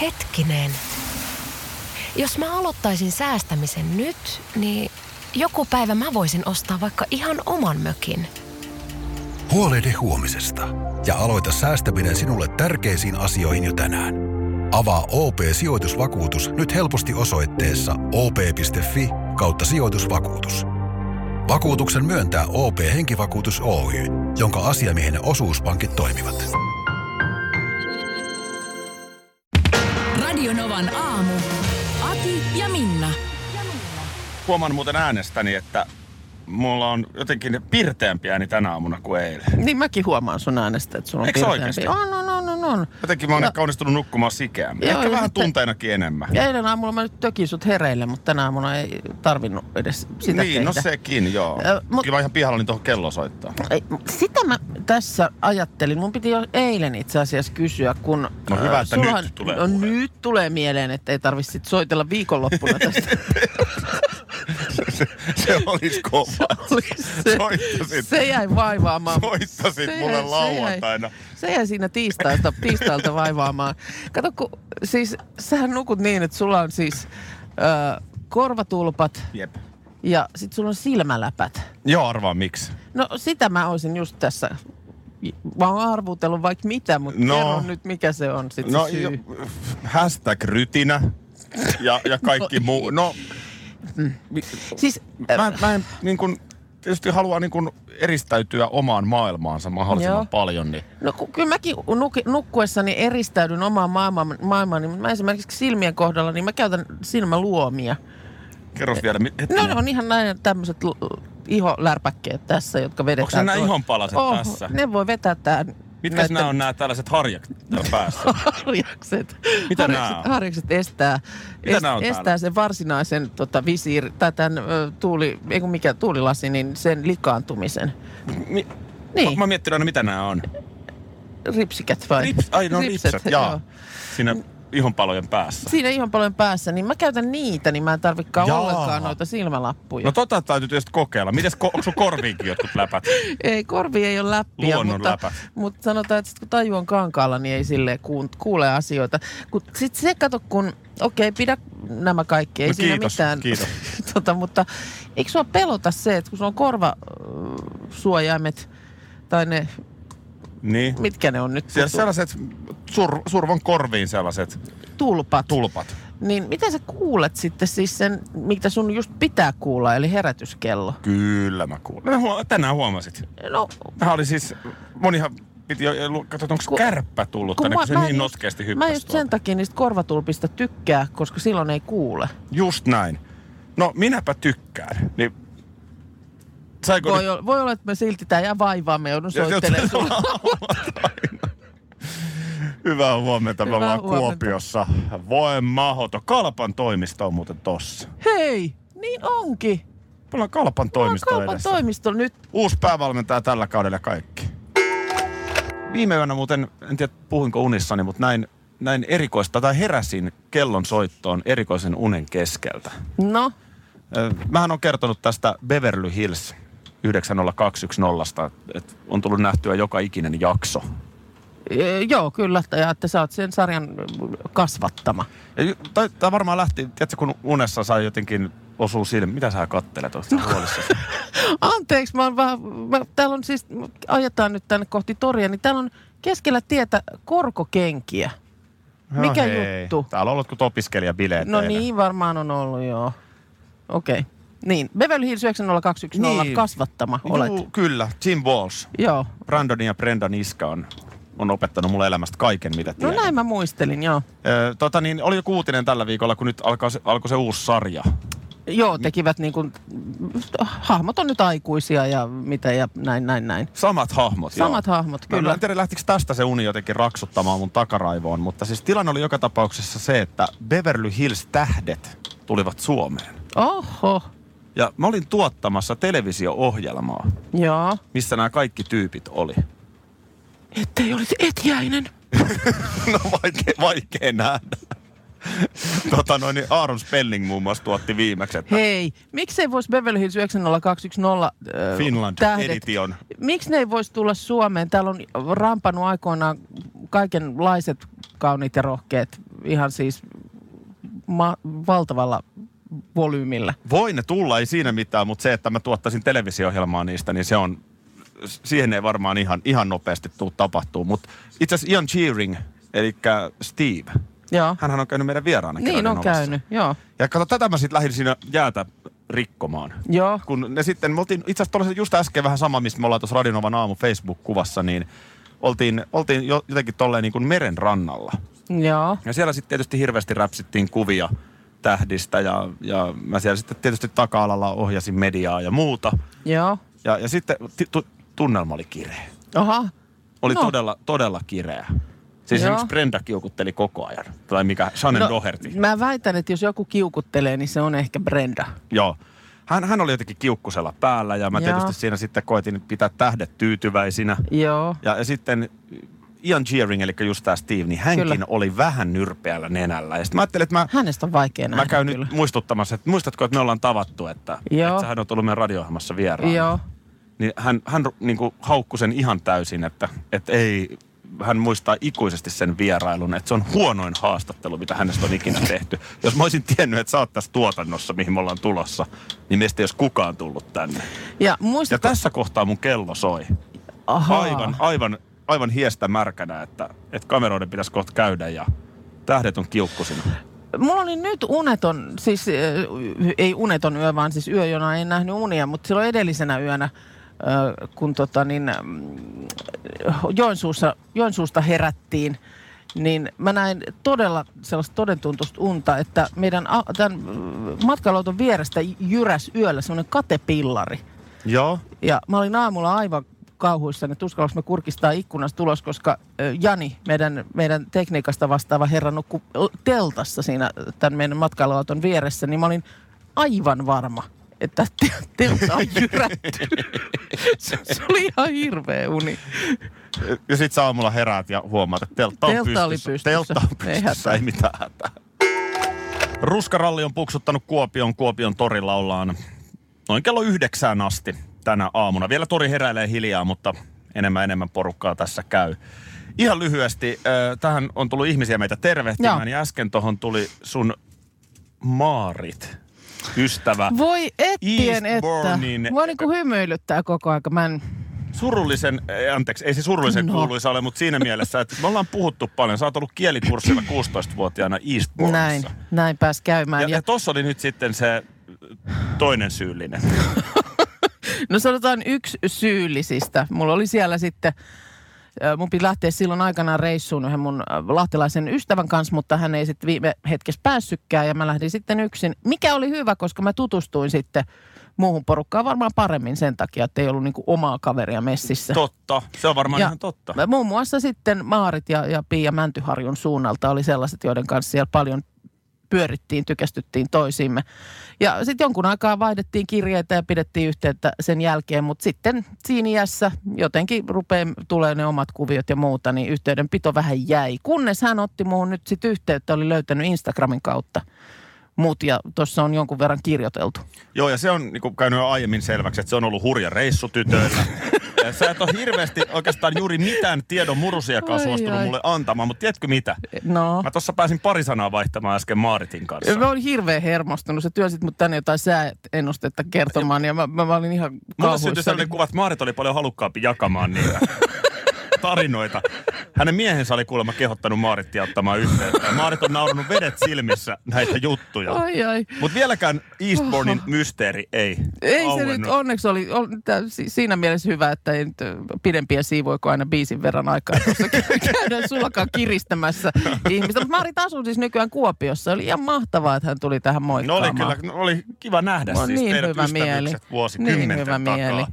hetkinen, jos mä aloittaisin säästämisen nyt, niin joku päivä mä voisin ostaa vaikka ihan oman mökin. Huolehdi huomisesta ja aloita säästäminen sinulle tärkeisiin asioihin jo tänään. Avaa OP-sijoitusvakuutus nyt helposti osoitteessa op.fi kautta sijoitusvakuutus. Vakuutuksen myöntää OP-henkivakuutus Oy, jonka asiamiehen osuuspankit toimivat. Radionovan aamu. Ati ja Minna. Huomaan muuten äänestäni, että mulla on jotenkin pirteämpi ääni tänä aamuna kuin eilen. Niin mäkin huomaan sun äänestä, että sulla on Eiks pirteämpi. oikeesti? On, on, on, on, on. Jotenkin mä oon No. ehkä onnistunut nukkumaan sikeämmin. Joo, Ehkä ja vähän sitten- tunteinakin enemmän. Ja eilen aamulla mä nyt tökin sut hereille, mutta tänä aamuna ei tarvinnut edes sitä niin, no tehdä. sekin, joo. Ö, mut- Kyllä mä ihan pihalla, niin tuohon kello soittaa. Ei, Sitä mä tässä ajattelin. Mun piti jo eilen itse asiassa kysyä, kun... No äh, hyvä, että nyt sullahan- tulee No puhe. nyt tulee mieleen, että ei tarvitse sit soitella viikonloppuna tästä. Se olisi kova. se, Soittasit. se jäi vaivaamaan. Soittasit Se mulle jäi- se lauantaina. jäi- Se jäi siinä tiistailta, tiistailta vaivaamaan. Kato, kun siis sähän nukut niin, että sulla on siis ö, korvatulpat Jep. ja sit sulla on silmäläpät. Joo, arvaa miksi. No sitä mä olisin just tässä. Mä oon arvutellut vaikka mitä, mutta No. no. kerro nyt mikä se on sit No, se syy. jo, hashtag rytinä ja, ja kaikki muu. No, Siis, mä, mä en niin kun, tietysti halua niin kun eristäytyä omaan maailmaansa mahdollisimman Joo. paljon, niin No ku- kyllä mäkin nuk- nukkuessani eristäydyn omaan maailmaan, maailmaan niin mä esimerkiksi silmien kohdalla, niin mä käytän silmäluomia. kerros vielä. mi- No hetkinen. ne on ihan näin tämmöiset iholärpäkkeet tässä, jotka vedetään. Onks ne nää tuosta. ihonpalaset tässä? Ne voi vetää tämän. Mitkä nämä on nämä tällaiset harjakset täällä päässä? Harjakset. Mitä nää harjakset, on? harjakset estää, Mitä nää on täällä? estää sen varsinaisen tota, visiir, tai tämän ö, tuuli, ei kun mikä tuulilasi, niin sen likaantumisen. Mi- Niin, Mä oon miettinyt aina, mitä nämä on. ripsikät vai? Rips, ai, no ripset, jaa. joo. Siinä ihonpalojen päässä. Siinä ihan paljon päässä, niin mä käytän niitä, niin mä en tarvikaan Jaa. ollenkaan noita silmälappuja. No tota täytyy tietysti kokeilla. Mites, ko- onko sun korviinkin jotkut läpät? Ei, korvi ei ole läppiä, Luonnon mutta, läpä. mutta sanotaan, että sit kun taju on kankaalla, niin ei silleen kuun- kuule asioita. Kun sit se kato, kun okei, pidä nämä kaikki, ei No siinä kiitos, mitään. kiitos. tota, mutta eikö sua pelota se, että kun sulla on korvasuojaimet, tai ne, Niin. mitkä ne on nyt, Siellä sellaiset sur, survon korviin sellaiset tulpat, tulpat. niin miten sä kuulet sitten siis sen, mitä sun just pitää kuulla, eli herätyskello? Kyllä mä kuulen. No, huo- tänään huomasit. No, Tämä oli siis, monihan piti jo, katsotaan onko Ku- kärppä tullut tänne, kun se en niin just- notkeasti Mä hyppäsi just sen takia niistä korvatulpista tykkää, koska silloin ei kuule. Just näin. No minäpä tykkään. Niin, saiko Voi, ol, voi olla, että me silti tää jää vaivaa, me joudun soittelemaan sulle. Hyvää huomenta. Me Hyvää ollaan huomenta. Kuopiossa. Voen mahoto. Kalpan toimisto on muuten tossa. Hei, niin onkin. Me ollaan Kalpan Mä oon toimisto kaupan edessä. toimisto nyt. Uusi päävalmentaja tällä kaudella ja kaikki. Viime yönä muuten, en tiedä puhuinko unissani, mutta näin, näin erikoista, tai heräsin kellon soittoon erikoisen unen keskeltä. No, Ö, Mähän on kertonut tästä Beverly Hills 90210, että on tullut nähtyä joka ikinen jakso. e, joo kyllä, ja että sä oot sen sarjan kasvattama. Tämä varmaan lähti, tiedätkö, kun unessa sai jotenkin osuu silmiin. Mitä sä kattelet, oot sä No. huolissasi? Anteeksi, mä oon vähän, mä, täällä on siis, ajetaan nyt tänne kohti toria, niin täällä on keskellä tietä korkokenkiä. No Mikä juttu? Täällä on ollut kuin opiskelijabileet. No eilen. niin, varmaan on ollut, joo. Okei. Okay. Niin, Beverly Hills 90210 Niin. niin. kasvattama olet. Juu, kyllä, Jim Walsh. Joo. No Brandonin ja Brendan iska on, on opettanut mulle elämästä kaiken, mitä No tiedän. näin mä muistelin, joo. Ö, tota niin, oli jo kuutinen tällä viikolla, kun nyt alkaa se, alkoi se uusi sarja. Joo, tekivät niin kuin, hahmot on nyt aikuisia ja mitä ja näin, näin, näin. Samat hahmot. Samat joo. hahmot, Mä- Mä kyllä. en tiedä, lähtikö tästä se uni jotenkin raksuttamaan mun takaraivoon, mutta siis tilanne oli joka tapauksessa se, että Beverly Hills-tähdet tulivat Suomeen. Oho, Ja mä olin tuottamassa televisio-ohjelmaa, joo. missä nämä kaikki tyypit oli. Ettei olisi etjäinen. No vaikea, vaikea nähdä. Tota noin, niin Aaron Spelling muun muassa tuotti viimeksi, että Hei, miksei voisi Beverly Hills 90210 äh, Finland tähdet, Edition. Miksi ne ei voisi tulla Suomeen? Täällä on rampannut aikoinaan kaikenlaiset kauniit ja rohkeat ihan siis ma- valtavalla volyymillä. Voi ne tulla, ei siinä mitään, mutta se, että mä tuottaisin televisio-ohjelmaa niistä, niin se on, siihen ei varmaan ihan, ihan nopeasti tuu tapahtuu. Mutta itse asiassa Ian Cheering, eli Steve, Joo. hänhän on käynyt meidän vieraana Niin Keranin on ovessa. käynyt, joo. Ja kato, tätä mä sitten lähdin siinä jäätä rikkomaan. Joo. Kun ne sitten, me oltiin itse asiassa tuollaisen just äsken vähän sama, mistä me ollaan tuossa Radionovan aamu Facebook-kuvassa, niin oltiin, oltiin jo, jotenkin tolleen niin kuin meren rannalla. Joo. Ja siellä sitten tietysti hirveästi räpsittiin kuvia tähdistä ja, ja mä siellä sitten tietysti taka-alalla ohjasin mediaa ja muuta. Joo. Ja, ja sitten ti- tu, tunnelma oli kireä. Aha. Oli No. no. todella, todella kireä. Siis Joo. esimerkiksi Brenda kiukutteli koko ajan. Tai mikä, Shannon no, Doherty. mä väitän, että jos joku kiukuttelee, niin se on ehkä Brenda. Joo. Hän, hän oli jotenkin kiukkusella päällä ja mä Joo. Joo. tietysti siinä sitten koitin pitää tähdet tyytyväisinä. Joo. Ja, ja sitten Ian Geering, eli just tämä Steve, niin hänkin Kyllä. kyllä. oli vähän nyrpeällä nenällä. Ja sitten mä ajattelin, että mä, Hänestä on vaikea nähdä mä käyn kyllä. nyt muistuttamassa, että muistatko, että me ollaan tavattu, että, Joo. että hän on tullut meidän radio-ohjelmassa vieraana. Joo. Niin hän, hän niin kuin haukkui sen ihan täysin, että, että ei, hän muistaa ikuisesti sen vierailun, että se on huonoin haastattelu, mitä hänestä on ikinä tehty. Jos mä olisin tiennyt, että sä oot tässä tuotannossa, mihin me ollaan tulossa, niin meistä ei olisi kukaan tullut tänne. Ja Ja muistatko... tässä kohtaa mun kello soi. Ahaa. Aivan, aivan, aivan hiestä märkänä, että, että kameroiden pitäisi kohta käydä ja tähdet on kiukkusina. Mulla oli nyt uneton, siis äh, ei uneton yö, vaan siis yö, jona en nähnyt unia, mutta silloin edellisenä yönä, äh, kun tota niin, mm, Joensuussa, Joensuusta herättiin, niin mä näin todella sellaista todentuntusta unta, että meidän a- tämän mm, matkalauton vierestä jyräs yöllä semmoinen katepillari. Joo. Ja mä olin aamulla aivan kauhuissa, että uskallanko me kurkistaa ikkunasta ulos, koska ö, Jani, meidän, meidän tekniikasta vastaava herra, nukkui ö, teltassa siinä tämän meidän matkailuauton vieressä, niin mä olin aivan varma, että te- teltta on jyrätty. se, se oli ihan hirveä uni. Ja sit sä aamulla heräät ja huomaat, että teltta on Teltta pystyssä. oli pystyssä. Teltta on Ei pystyssä, hätää. ei, mitään hätää. Ruskaralli on puksuttanut Kuopion. Kuopion torilla ollaan noin kello yhdeksään asti tänä aamuna. Vielä tori heräilee hiljaa, mutta enemmän enemmän porukkaa tässä käy. Ihan lyhyesti, äh, tähän on tullut ihmisiä meitä tervehtimään Joo. ja äsken tuohon tuli sun Maarit, ystävä. Voi ettien, että. Eastbournein- Mua niinku hymyilyttää koko aika. Mä en, Surullisen, ei, anteeksi, ei se surullisen No. no. kuuluisa ole, mutta siinä mielessä, että me ollaan puhuttu paljon. Sä oot ollut kielikurssilla 16-vuotiaana näin, Eastbourneissa. näin pääs käymään. Ja, ja tossa oli nyt sitten se toinen syyllinen. No sanotaan yksi syyllisistä. Mulla oli siellä sitten, ö, mun piti lähteä silloin aikanaan reissuun yhden mun ö, lahtelaisen ystävän kanssa, mutta hän ei sitten viime hetkessä päässytkään ja mä lähdin sitten yksin. Mikä oli hyvä, koska mä tutustuin sitten muuhun porukkaan varmaan paremmin sen takia, että ei ollut niinku omaa kaveria messissä. Totta, se on varmaan ja. ihan totta. Ja muun muassa sitten Maarit ja, ja Pia Mäntyharjun suunnalta oli sellaiset, joiden kanssa siellä paljon pyörittiin, tykästyttiin toisiimme. Ja sitten jonkun aikaa vaihdettiin kirjeitä ja pidettiin yhteyttä sen jälkeen, mutta sitten siinä iässä jotenkin rupeaa tulee ne omat kuviot ja muuta, niin yhteydenpito vähän jäi. Kunnes hän otti muuhun nyt sitten yhteyttä, oli löytänyt Instagramin kautta mut ja tuossa on jonkun verran kirjoiteltu. Joo, ja se on niin käynyt jo aiemmin selväksi, että se on ollut hurja reissu tytöillä. ja sä et ole hirveästi oikeastaan juuri mitään tiedon murusiakaan Ai, suostunut ai. mulle antamaan, mutta tiedätkö mitä? No. Mä tuossa pääsin pari sanaa vaihtamaan äsken Maaritin kanssa. Mä olin hirveän hermostunut. Se työnsit mut tänne jotain sääennustetta kertomaan ja mä, mä, mä olin ihan Mulle syntyi kauhuissani. sellainen kuva, että Maarit oli paljon halukkaampi jakamaan niitä tarinoita. Hänen miehensä oli kuulemma kehottanut Maarittia ottamaan yhteyttä. Ja Maarit on naurannut vedet silmissä näitä juttuja. Ai ai. Mutta vieläkään Eastbournein mysteeri ei Ei se auennut. nyt onneksi oli, on, tää, si- siinä mielessä hyvä, että ei nyt ö, pidempiä siivoja kuin aina biisin verran aikaa. Tuossa kä- käydään sullakaan kiristämässä ihmistä. Mutta Maarit asuu siis nykyään Kuopiossa. Oli ihan mahtavaa, että hän tuli tähän No oli moikkaamaan. kyllä, no oli kiva nähdä On siis niin teidät hyvä ystävykset mieli. vuosikymmenten Niin hyvä takaa. mieli.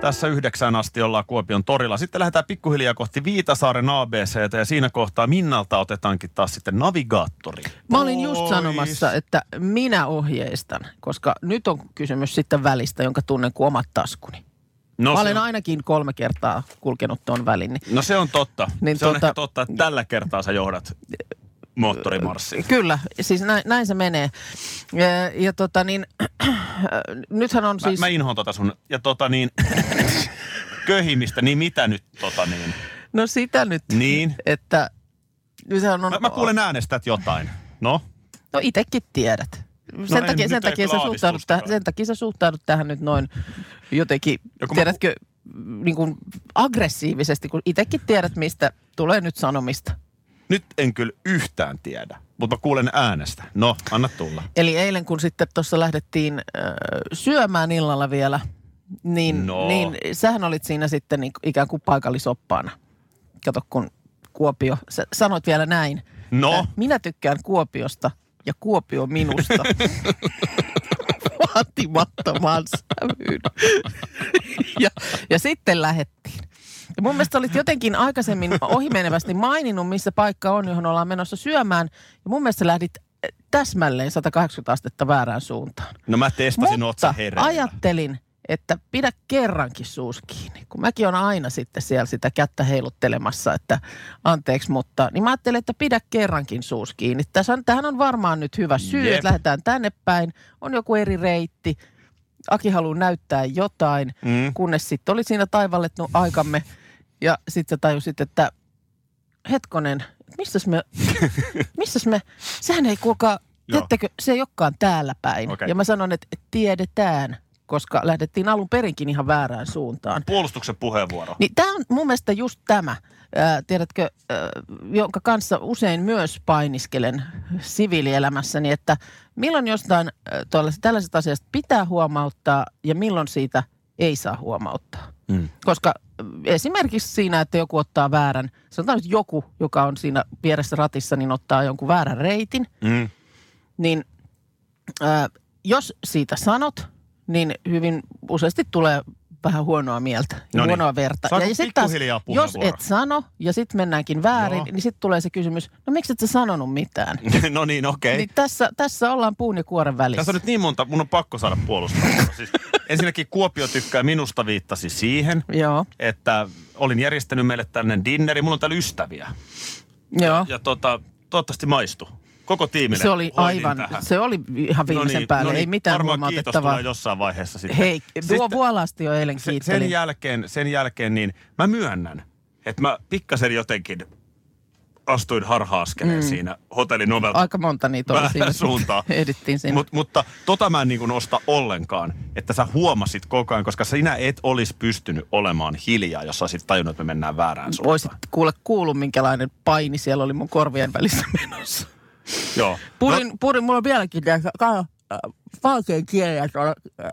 Tässä yhdeksään asti ollaan Kuopion torilla. Sitten lähdetään pikkuhiljaa kohti Viitasaaren ABCtä ja siinä kohtaa Minnalta otetaankin taas sitten navigaattori. Mä olin just Pois. sanomassa, että minä ohjeistan, koska nyt on kysymys sitten välistä, jonka tunnen kuin omat taskuni. No, Mä se olen on- ainakin kolme kertaa kulkenut tuon välin. Niin. No se on totta. Niin Niin se on tota- ehkä totta, että tällä kertaa sä johdat moottorimarssiin. Kyllä, siis näin, näin se menee. Ja, ja tota niin, nythän on Mä, siis... mä inhoan tota sun, ja tota niin, köhimistä, niin mitä nyt tota niin? No sitä nyt, Niin. että Sehän on, Mä, mä kuulen äänestät jotain. No? No itsekin tiedät. Sen, en, takia, nyt sen, ei takia sä kyllä suhtaudut aavistustakaan. tähän, sen takia sä suhtaudut tähän nyt noin jotenkin, Joku Joku mä- tiedätkö, niin kuin aggressiivisesti, kun itsekin tiedät, mistä tulee nyt sanomista. Nyt en kyllä yhtään tiedä, mutta mä kuulen äänestä. No, anna tulla. Eli eilen, kun sitten tuossa lähdettiin äh, syömään illalla vielä, niin, No. no. niin sähän olit siinä sitten niin, ikään kuin paikallisoppaana. Kato, kun Kuopio, sä sanoit vielä näin. No. että Minä tykkään Kuopiosta ja Kuopio minusta. Vaatimattomaan sävyyn. ja, ja sitten lähettiin. Ja mun mielestä olit jotenkin aikaisemmin ohimenevästi maininnut, missä paikka on, johon ollaan menossa syömään. Ja mun mielestä lähdit eh, täsmälleen 180 astetta väärään suuntaan. No mä testasin, oot sä Mutta hereillä. ajattelin, että pidä kerrankin suus kiinni. Kun mäkin on aina sitten siellä sitä kättä heiluttelemassa, että anteeksi, mutta niin mä ajattelin, että pidä kerrankin suus kiinni. Tässä on, tähän on varmaan nyt hyvä syy, Jep. että lähdetään tänne päin. On joku eri reitti. Aki haluaa näyttää jotain, Mm. kunnes sitten oli siinä taivallettu aikamme. Ja sitten sä tajusit, että hetkonen, missäs me, missäs me, sehän ei kuulkaa, Joo. tiedättekö, se ei olekaan täällä päin. Okei. Ja mä sanon, että tiedetään, koska lähdettiin alun perinkin ihan väärään suuntaan. Puolustuksen puheenvuoro. Niin tämä on mun mielestä just tämä, ää, tiedätkö, ää, jonka kanssa usein myös painiskelen siviilielämässäni, että milloin jostain ää, tuollais- tällaisesta asiasta pitää huomauttaa ja milloin siitä ei saa huomauttaa. Mm. Koska mm, esimerkiksi siinä, että joku ottaa väärän, sanotaan nyt joku, joka on siinä vieressä ratissa, niin ottaa jonkun väärän reitin, Mm. niin ää, jos siitä sanot, niin hyvin useasti tulee vähän huonoa mieltä, No ja niin. huonoa verta. Saanko ja sit pikkuhiljaa jos puheenvuoro? et sano ja sitten mennäänkin väärin, Joo. niin sitten tulee se kysymys, no miksi et sä sanonut mitään? no niin, okei. Niin tässä, tässä ollaan puun ja kuoren välissä. Tässä on nyt niin monta, mun on pakko saada puolustaa. Siis, ensinnäkin Kuopio tykkää minusta viittasi siihen, Joo, että olin järjestänyt meille tänne dinneri. Mulla on täällä ystäviä. joo. Ja tota, toivottavasti maistu. Koko tiimille. Se oli hoidin aivan, tähän. No niin, se oli ihan viimeisen päälle, ei mitään varmaan kiitos huomautettavaa. tulee jossain vaiheessa sitten. Hei, tuo Sitten vuolaasti jo eilen se- kiittelin. sen, jälkeen, sen jälkeen niin mä myönnän, että mä pikkasen jotenkin astuin harha-askeleen mm. siinä hotellin ovelta. Aika monta niitä oli Väärään siinä. suuntaan. Ehdittiin siinä. Mut, mutta tota mä en niin osta ollenkaan, että sä huomasit koko ajan, koska sinä et olisi pystynyt olemaan hiljaa, jos sä olisit tajunnut, että me mennään väärään suuntaan. Voisit kuule kuullut, minkälainen paini siellä oli mun korvien välissä menossa. No- Joo. Purin, no. purin mulla on vieläkin tässä ka- äh, valkeen kieliä tuolla äh,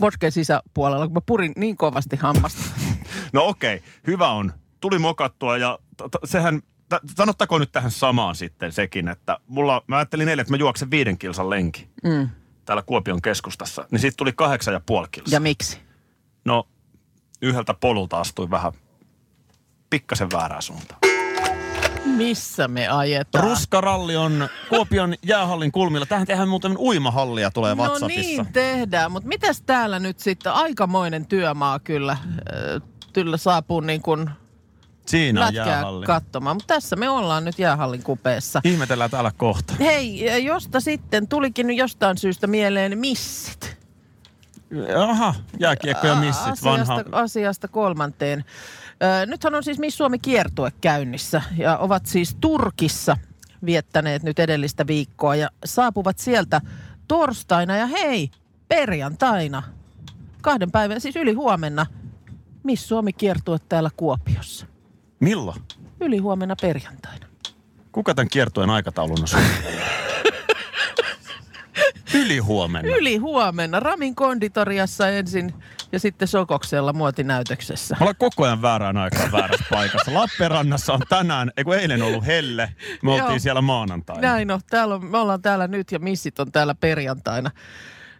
posken sisäpuolella, kun mä purin niin kovasti hammasta. No okei, okay. hyvä on. Tuli mokattua ja t- t- sehän, t- sanottakoon nyt tähän samaan sitten sekin, että mulla, mä ajattelin eilen, että mä juoksen viiden kilsan lenki Mm. täällä Kuopion keskustassa, niin siitä tuli kahdeksan ja puoli kilsaa. Ja miksi? No, yhdeltä polulta astui vähän pikkasen väärään suuntaan. Missä me ajetaan? Ruskaralli on Kuopion jäähallin kulmilla. Tähän tehdään muuten uimahallia tulee no WhatsAppissa. niin tehdään, mutta mitäs täällä nyt sitten? Aikamoinen työmaa kyllä. Äh, Kyllä saapuu niin kuin Siinä on lätkää jäähalli. katsomaan. Mutta tässä me ollaan nyt jäähallin kupeessa. Ihmetellään täällä kohta. Hei, ja josta sitten tulikin nyt jostain syystä mieleen missit. Aha, jääkiekko ja missit, Asiasta, vanha. asiasta kolmanteen. Ö, nythän on siis Miss Suomi kiertue käynnissä ja ovat siis Turkissa viettäneet nyt edellistä viikkoa ja saapuvat sieltä torstaina ja hei, perjantaina, kahden päivän, siis yli huomenna, Miss Suomi kiertue täällä Kuopiossa. Milloin? Yli huomenna perjantaina. Kuka tämän kiertueen aikataulun on suunnitellut? Yli huomenna. Yli huomenna Ramin konditoriassa ensin ja sitten Sokoksella muotinäytöksessä. Me ollaan koko ajan väärään aikaan väärässä paikassa. Lappeenrannassa on tänään, ei kun eilen ollut helle. Me Joo. oltiin siellä maanantaina. Näin on. Täällä on. Me ollaan täällä nyt ja missit on täällä perjantaina.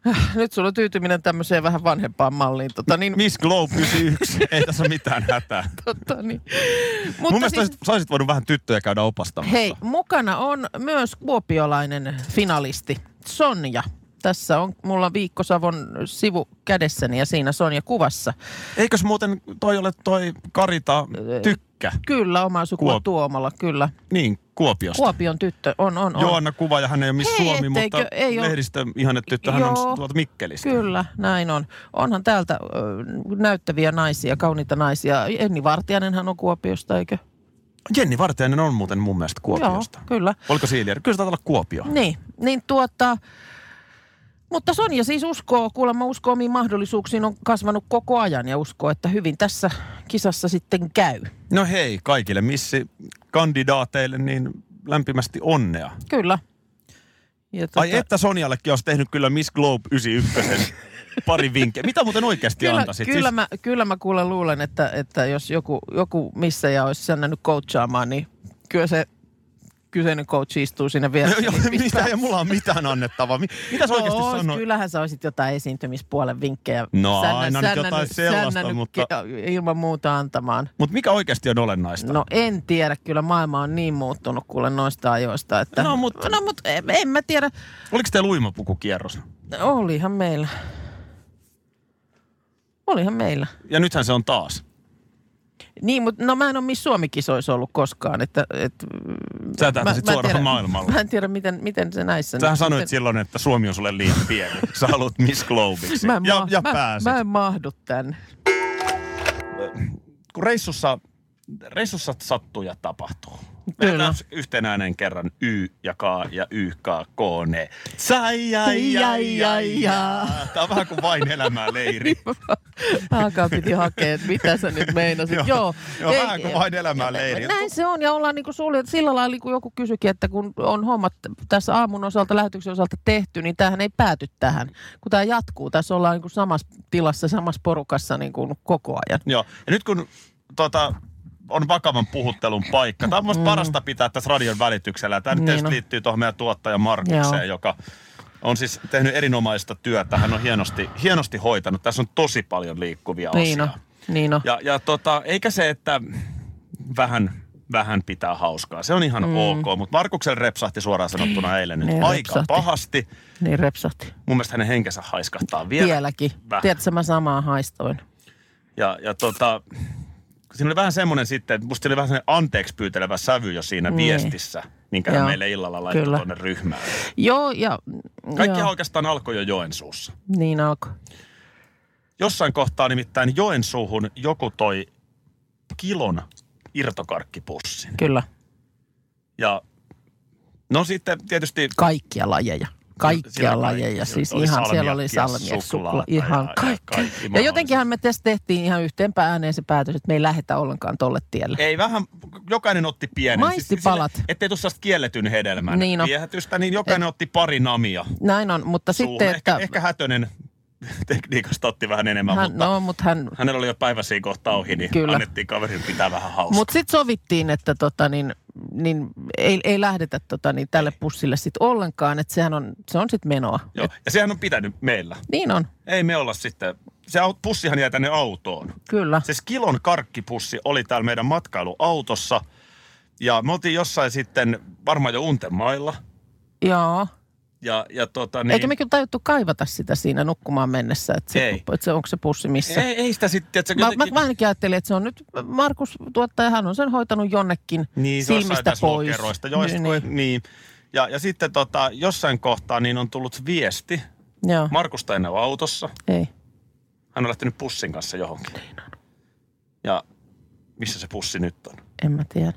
Äh, Nyt sulla on tyytyminen tämmöiseen vähän vanhempaan malliin. Tota, niin, Miss Globe 91, ei tässä ole mitään hätää. tota, niin. Mutta Mun Mutta mielestä siis, siis... saisit voinut vähän tyttöjä käydä opastamassa. hei, mukana on myös kuopiolainen finalisti Sonja. Tässä on mulla Viikkosavon sivu kädessäni ja siinä Sonja kuvassa. Eikös muuten toi ole toi Karita Tykkä? Kyllä, oma sukua Kuop- Kuop- Tuomala, kyllä. Niin, Kuopiosta. Kuopion tyttö, on, on, on. Joanna Kuva ja hän ei ole Miss Hei, Suomi, etteikö- mutta ei oo- lehdistö ihanne tyttö, hän on Joo. tuolta Mikkelistä. Kyllä, näin on. Onhan täältä ö, näyttäviä naisia, kauniita naisia. Enni Vartiainenhan on Kuopiosta, eikö? Jenni Vartiainen on muuten mun mielestä Kuopiosta. Joo, kyllä. Oliko Siilijärvi? Kyllä se taitaa olla Kuopio. Niin, niin tuota, mutta Sonja siis uskoo, kuulemma uskoo omiin mahdollisuuksiin on kasvanut koko ajan ja uskoo, että hyvin tässä kisassa sitten käy. No hei kaikille missi kandidaateille niin lämpimästi onnea. Kyllä. Ja Tota... Ai että Sonjallekin olisi tehnyt kyllä Miss Globe 91 pari vinkkejä. Mitä muuten oikeasti Kyllä, antaisit? Siis- kyllä, mä, kyllä mä kuulen luulen, että, että jos joku, joku missä ja olisi sen nyt coachaamaan, niin kyllä se kyseinen coach istuu sinne vielä. Joo, joo, mitä ei mulla on mitään annettavaa. Mi- Mitä No, sä oikeasti ois, sanoit? Kyllähän sä olisit jotain esiintymispuolen vinkkejä. No, aina nyt jotain sellaista, sännännyt mutta- ke- Ilman muuta antamaan. Mutta mikä oikeasti on olennaista? No en tiedä, kyllä maailma on niin muuttunut kuule noista ajoista, että... No, mutta- no, mutta en, en mä tiedä. Oliko teillä uimapukukierros? Olihan meillä. Olihan meillä. Ja nythän se on taas. Niin, mutta no mä en ole Miss Suomi-kisoissa ollut koskaan, että... Et, Sä mä, mä en tähtäsit suoraan tiedä- maailmalle. Mä en tiedä, miten, miten se näissä... Sähän nyt sanoit sitten- silloin, että Suomi on sulle liian pieni. Sä haluat Miss Globiksi. Mä en ja, ma- ja mä, pääset. Mä en mahdu tänne. kun reissussa, reissussa sattuu ja tapahtuu. Kyllä. Kyllä. yhtenäinen kerran Y ja K ja Y, K, K, ne. Sai, ai, ai, ai, ai. Tämä on vähän kuin vain elämää leiri. Alkaa piti hakea, että mitä sä nyt meinasit. Joo, Joo, joo, vähän kuin vain elämää leiri. Näin se on ja ollaan niinku suljettu. Sillä lailla niin kuin joku kysyikin, että kun on hommat tässä aamun osalta, lähetyksen osalta tehty, niin tämähän ei pääty tähän. Kun tämä jatkuu, tässä ollaan niinku samassa tilassa, samassa porukassa niinku koko ajan. Joo, ja nyt kun tota, on vakavan puhuttelun paikka. Tämä on musta parasta pitää tässä radion välityksellä. Tämä nyt Mm. Niin tietysti on. liittyy tuohon meidän tuottaja Markukseen, Joo. joka on siis tehnyt erinomaista työtä. Hän on hienosti, hienosti hoitanut. Tässä on tosi paljon liikkuvia Niin on, asioita. niin on. Ja, ja tota, eikä se, että vähän, vähän pitää hauskaa. Se on ihan mm. ok, mutta Markuksen repsahti suoraan sanottuna eilen nyt Niin, aika repsahti. pahasti. Niin repsahti. Mun mielestä hänen henkensä haiskahtaa vielä. Vieläkin. Vähän. Tiedätkö, mä samaa haistoin. Ja, ja tota, kun siinä oli vähän semmoinen sitten, musta siinä oli vähän semmoinen anteeksi pyytelevä sävy jo siinä Niin. viestissä, minkä hän Joo. meille illalla laittoi Kyllä. tuonne ryhmään. Joo, ja... Kaikkihan joo. oikeastaan alkoi jo Joensuussa. Niin alkoi. Jossain kohtaa nimittäin Joensuuhun joku toi kilon irtokarkkipussin. Kyllä. Ja no sitten tietysti kaikkia lajeja. Siellä Kaikkia kaikki- lajeja, siis oli ihan siellä oli salmiakkia, salmiak, suklaa, suklaata ja- ihan ja kaikkea. kaikki Ja mahdolliset. jotenkinhan me tässä tehtiin ihan yhteenpä ääneen se päätös, että me ei lähetä ollenkaan tolle tielle. Ei vähän, jokainen otti pienen. Maistipalat. Siis sille, ettei tuossa kielletyn hedelmän niin Niin on. viehätystä, niin jokainen otti pari namia Näin on, mutta suuhun. sitten, ehkä, että... ehkä Hätönen tekniikasta otti vähän enemmän, hän, hän, mutta no. no, mutta hän... hänellä oli jo päivä siinä kohta ohi, niin Kyllä. Kyllä. annettiin kaverin pitää vähän hauskaa. Mut, Mutta sitten sovittiin, että tota, niin, niin ei, ei lähdetä tota, niin, tälle pussille sit ollenkaan, että sehän on, se on sitten menoa. Joo. Ja sehän on pitänyt meillä. Niin on, Ei me olla sitten, se aut- pussihan jäi tänne autoon. kyllä. Se kilon karkkipussi oli täällä meidän matkailuautossa. Ja me oltiin jossain sitten varmaan jo Untenmailla. Joo. Ja, ja tota, niin... Niin. Eikä me kyllä tajuttu kaivata sitä siinä nukkumaan mennessä, että se, Ei. että se, onko se pussi missä. Ei, ei sitä sitten, että Mä, mä, jotenkin... mä ainakin ajattelin, että se on nyt, Markus tuottajahan on sen hoitanut jonnekin niin, jossain silmistä tässä pois. lokeroista, joista, niin. niin. Ja, ja sitten tota, jossain kohtaa niin on tullut viesti. Joo, Markusta ei näy autossa. ei. Hän on lähtenyt pussin kanssa johonkin. Niin on. Ja missä se pussi nyt on? En mä tiedä.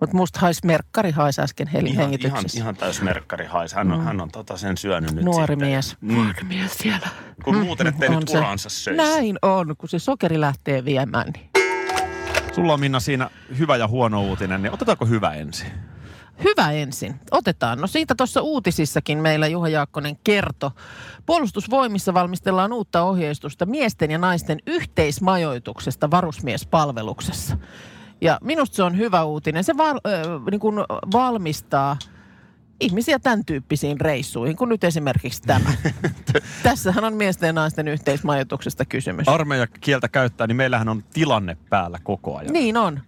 Mutta musta hais merkkari haisi äsken hel- Ihan, ihan, hengityksessä. ihan täys merkkari hais. Hän on, mm. hän on tota sen syönyt nyt Nuori sitten. mies. Mm. Mm. Mies siellä. Kun muuten, ettei On nyt se. uraansa söisi. Näin on, kun se sokeri lähtee viemään. Niin. Sulla on Minna siinä hyvä ja huono uutinen, niin otetaanko hyvä ensin? Hyvä ensin. Otetaan. No siitä tuossa uutisissakin meillä Juha Jaakkonen kertoi. Puolustusvoimissa valmistellaan uutta ohjeistusta miesten ja naisten yhteismajoituksesta varusmiespalveluksessa. Ja minusta se on hyvä uutinen. Se val, ö, niin kuin valmistaa ihmisiä tämän tyyppisiin reissuihin, kuin nyt esimerkiksi tämä. Tässähän on miesten ja naisten yhteismajoituksesta kysymys. Armeija kieltä käyttää, niin meillähän on tilanne päällä koko ajan. Niin on.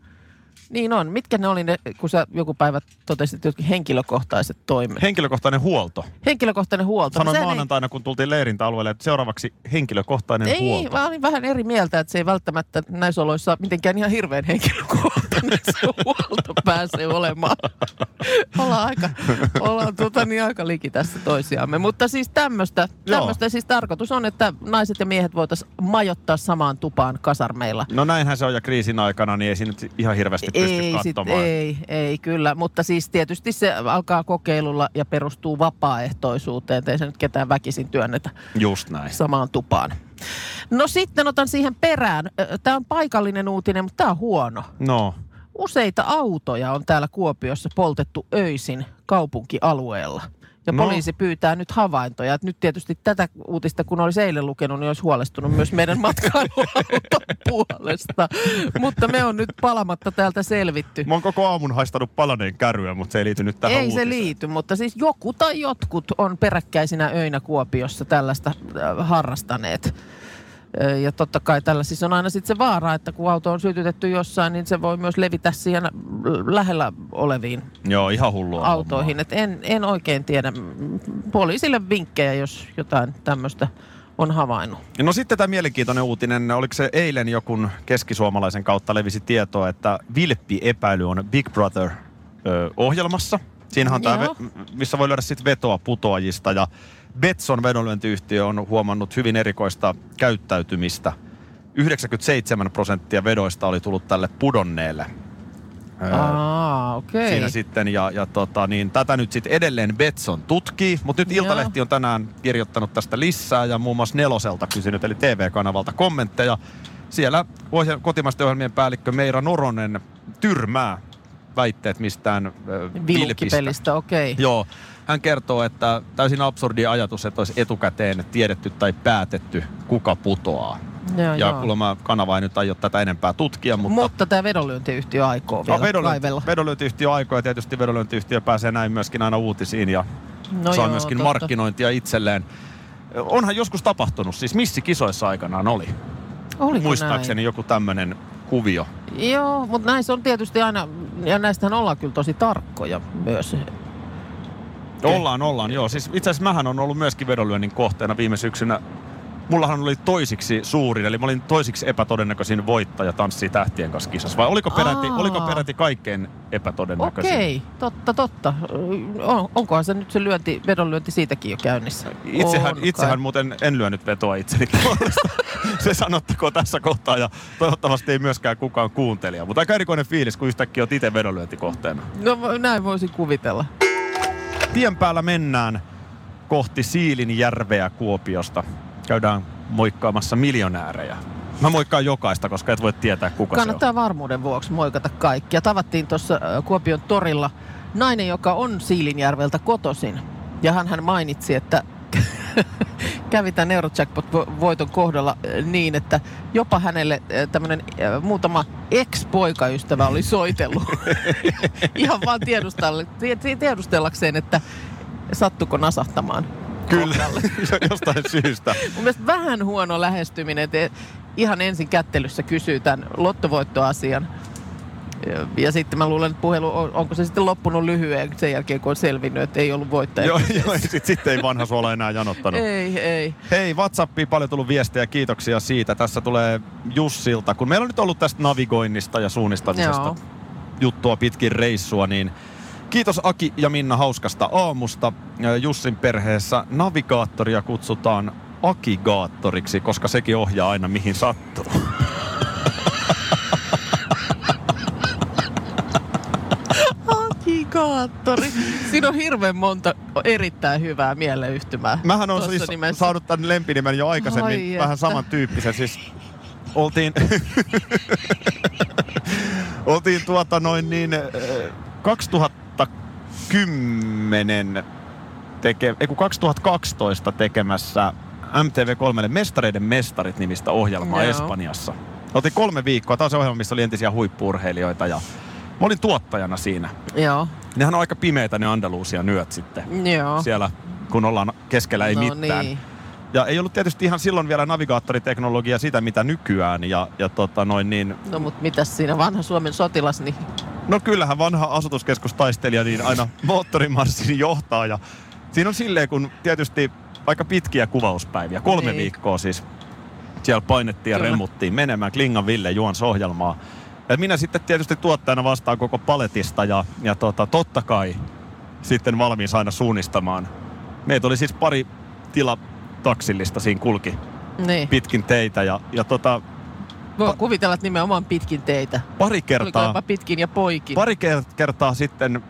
Niin on. Mitkä ne oli ne, kun sä joku päivä totesit jotkin henkilökohtaiset toimet? Henkilökohtainen huolto. Henkilökohtainen huolto. Sanoin Sehän maanantaina, kun tultiin leirintäalueelle, että seuraavaksi henkilökohtainen Ei, ei huolto. mä olin vähän eri mieltä, että se ei välttämättä näissä oloissa ole mitenkään ihan hirveän henkilökohtainen se huolto pääsee olemaan. Ollaan aika, ollaan tota, niin aika liki tässä toisiamme. Mutta siis tämmöistä, Joo. tämmöistä siis tarkoitus on, että naiset ja miehet voitaisiin majoittaa samaan tupaan kasarmeilla. No näinhän se on ja kriisin aikana, niin ei siinä nyt ihan hirveästi pysty ei, katsomaan. ei, ei, kyllä. Mutta siis tietysti se alkaa kokeilulla ja perustuu vapaaehtoisuuteen. Ei se nyt ketään väkisin työnnetä Just näin. samaan tupaan. No sitten otan siihen perään. Tämä on paikallinen uutinen, mutta tämä on huono. No, Useita autoja on täällä Kuopiossa poltettu öisin kaupunkialueella. Ja No. poliisi pyytää nyt havaintoja. Et nyt tietysti tätä uutista, kun olisi eilen lukenut, niin olisi huolestunut myös meidän matkailuauton puolesta. Mutta me on nyt palamatta täältä selvitty. mä oon koko aamun haistanut palaneen käryä, mutta se ei liity nyt tähän Ei se uutiseen. liity, mutta siis joku tai jotkut on peräkkäisinä öinä Kuopiossa tällaista äh, harrastaneet. Ö, Ja totta kai tällä siis on aina sitten se vaara, että kun auto on sytytetty jossain, niin se voi myös levitä siihen lähellä oleviin Joo, ihan hullua autoihin. Et en, en oikein tiedä Mm, poliisille vinkkejä, jos jotain tämmöistä on havainnut. hommaa. No sitten tämä mielenkiintoinen uutinen. Oliko se eilen joku keskisuomalaisen kautta levisi tietoa, että vilppiepäily on Big Brother-ohjelmassa. Siinähän on tämä, Joo. missä voi löydä sitten vetoa putoajista. Ja Betson vedonlyöntiyhtiö on huomannut hyvin erikoista käyttäytymistä. 97 prosenttia vedoista oli tullut tälle pudonneelle. Öö, Aa, okei. siinä sitten. Ja, ja tota, niin, tätä nyt sitten edelleen Betson tutkii, mutta nyt Joo. Iltalehti on tänään kirjoittanut tästä lisää ja muun muassa Neloselta kysynyt, eli TV-kanavalta kommentteja. Siellä ohje- kotimaisten ohjelmien päällikkö Meira Noronen tyrmää väitteet mistään ö, vilpistä. Vilukkipelistä, okei. Joo. Hän kertoo, että täysin absurdi ajatus, että olisi etukäteen tiedetty tai päätetty, kuka putoaa. Joo, ja No joo. kuulemma kanava ei nyt aio tätä enempää tutkia, mutta... Ah, Mutta, tämä vedonlyöntiyhtiö aikoo vielä kaivella. vedonlyöntiyhtiö aikoo ja tietysti vedonlyöntiyhtiö pääsee näin myöskin aina uutisiin ja no No saa joo, joo, myöskin totta. markkinointia itselleen. Onhan joskus tapahtunut, siis missikisoissa aikanaan oli. Oliko Muistaakseni näin? joku tämmöinen kuvio. Joo, mutta näissä on tietysti aina, ja näistähän ollaan kyllä tosi tarkkoja myös. Ollaan, ollaan, joo. Siis itse asiassa mähän on ollut myöskin vedonlyönnin kohteena viime syksynä. Mullahan oli toisiksi suurin, eli mä olin toisiksi epätodennäköisin voittaja Tanssii tähtien kanssa kisassa. Vai oliko peräti, Aa. oliko peräti kaikkein epätodennäköisin? Okei, totta, totta. On, onkohan se nyt se lyönti, vedonlyönti siitäkin jo käynnissä? Itsehän, On kai. itsehän muuten en lyönyt vetoa itseni puolesta. Se sanottakoon tässä kohtaa ja toivottavasti ei myöskään kukaan kuuntelija. Mutta aika erikoinen fiilis, kun yhtäkkiä olet itse vedonlyöntikohteena. No vo- näin voisin kuvitella. Tien päällä mennään kohti Siilinjärveä Kuopiosta. Käydään moikkaamassa miljonäärejä. Mä moikkaan jokaista, koska et voi tietää kuka se Kannattaa varmuuden vuoksi moikata kaikkia. Tavattiin tuossa äh, Kuopion torilla nainen, joka on Siilinjärveltä kotosin. Ja hän, hän mainitsi, että kävi tämän Eurojackpot-voiton kohdalla äh, niin, että jopa hänelle tämmöinen muutama ex-poikaystävä oli soitellut. Ihan vaan tiedustelle- tie- tiedustellakseen, että sattuko nasahtamaan. on. Kyllä, jo- jostain syystä. Mun mielestä vähän huono lähestyminen, että ihan ensin kättelyssä kysyy tämän lottovoittoasian. Ja- Ja sitten mä luulen, että puhelu, on- onko se sitten loppunut lyhyen sen jälkeen, kun on selvinnyt, että ei ollut voittaja. Joo, joo, sitten sit ei vanha suola enää janottanut. Ei, ei. Hei, WhatsAppiin paljon tullut viestejä, kiitoksia siitä. Tässä tulee Jussilta. Kun meillä on nyt ollut tästä navigoinnista ja suunnistamisesta Joo. juttua pitkin reissua, niin kiitos Aki ja Minna hauskasta aamusta. Ö, Jussin perheessä navigaattoria kutsutaan akigaattoriksi, koska sekin ohjaa aina mihin sattuu. Akikaattori. Siinä on hirveän monta erittäin hyvää mieleyhtymää. Mähän on tossa siis nimessä. nimessä. saanut tämän lempinimen jo aikaisemmin, Ai Ai että. vähän samantyyppisen. Siis oltiin, oltiin tuota noin niin eh, 2010 teke, ei kun 2012 tekemässä MTV3 Mestareiden mestarit nimistä ohjelmaa Joo. Espanjassa. Oltiin kolme viikkoa. Tämä on se ohjelma, missä oli entisiä huippurheilijoita ja mä olin tuottajana siinä. Joo, Nehän on aika pimeitä ne Andalusian yöt sitten joo. siellä, kun ollaan keskellä ei no mitään. Niin. Ja ei ollut tietysti ihan silloin vielä navigaattoriteknologiaa sitä, mitä nykyään. Ja, ja tota noin niin, No mut mitäs siinä vanha Suomen sotilas, niin no kyllähän vanha asutuskeskustaistelija niin aina moottorimarssin johtaa. Ja siinä on silleen, kun tietysti aika pitkiä kuvauspäiviä, kolme Niin. viikkoa siis. Siellä painettiin ja Kyllä. remmuttiin menemään Klingan Ville Juons ohjelmaa. Ja minä sitten tietysti tuottajana vastaan koko paletista ja, ja tota, totta kai sitten valmiin aina suunnistamaan. Meitä oli siis pari tila taksillista siinä kulki niin. pitkin teitä. Ja, ja tota, Voi kuvitella, että nimenomaan pitkin teitä. Pari Oliko kertaa, jopa pitkin ja poikin? pari ker- kertaa sitten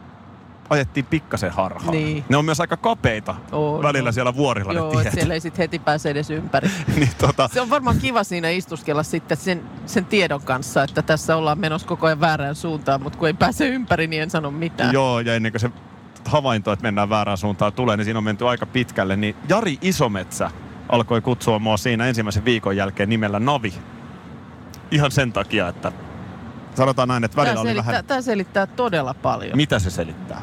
ajettiin pikkasen harhaan. Niin. Ne on myös aika kapeita On, välillä on. siellä vuorilla Joo, ne että tiet. siellä ei sitten heti pääse edes ympäri. niin, tota, Se on varmaan kiva siinä istuskella sitten sen, sen tiedon kanssa, että tässä ollaan menossa koko ajan väärään suuntaan, mutta kun ei pääse ympäri, niin en sano mitään. Joo, ja ennen kuin se havainto, että mennään väärään suuntaan tulee, niin siinä on menty aika pitkälle. Niin Jari Isometsä alkoi kutsua mua siinä ensimmäisen viikon jälkeen nimellä Navi. Ihan sen takia, että sanotaan näin, että välillä Tämä oli selittää, vähän... tämä selittää todella paljon. Mitä se selittää?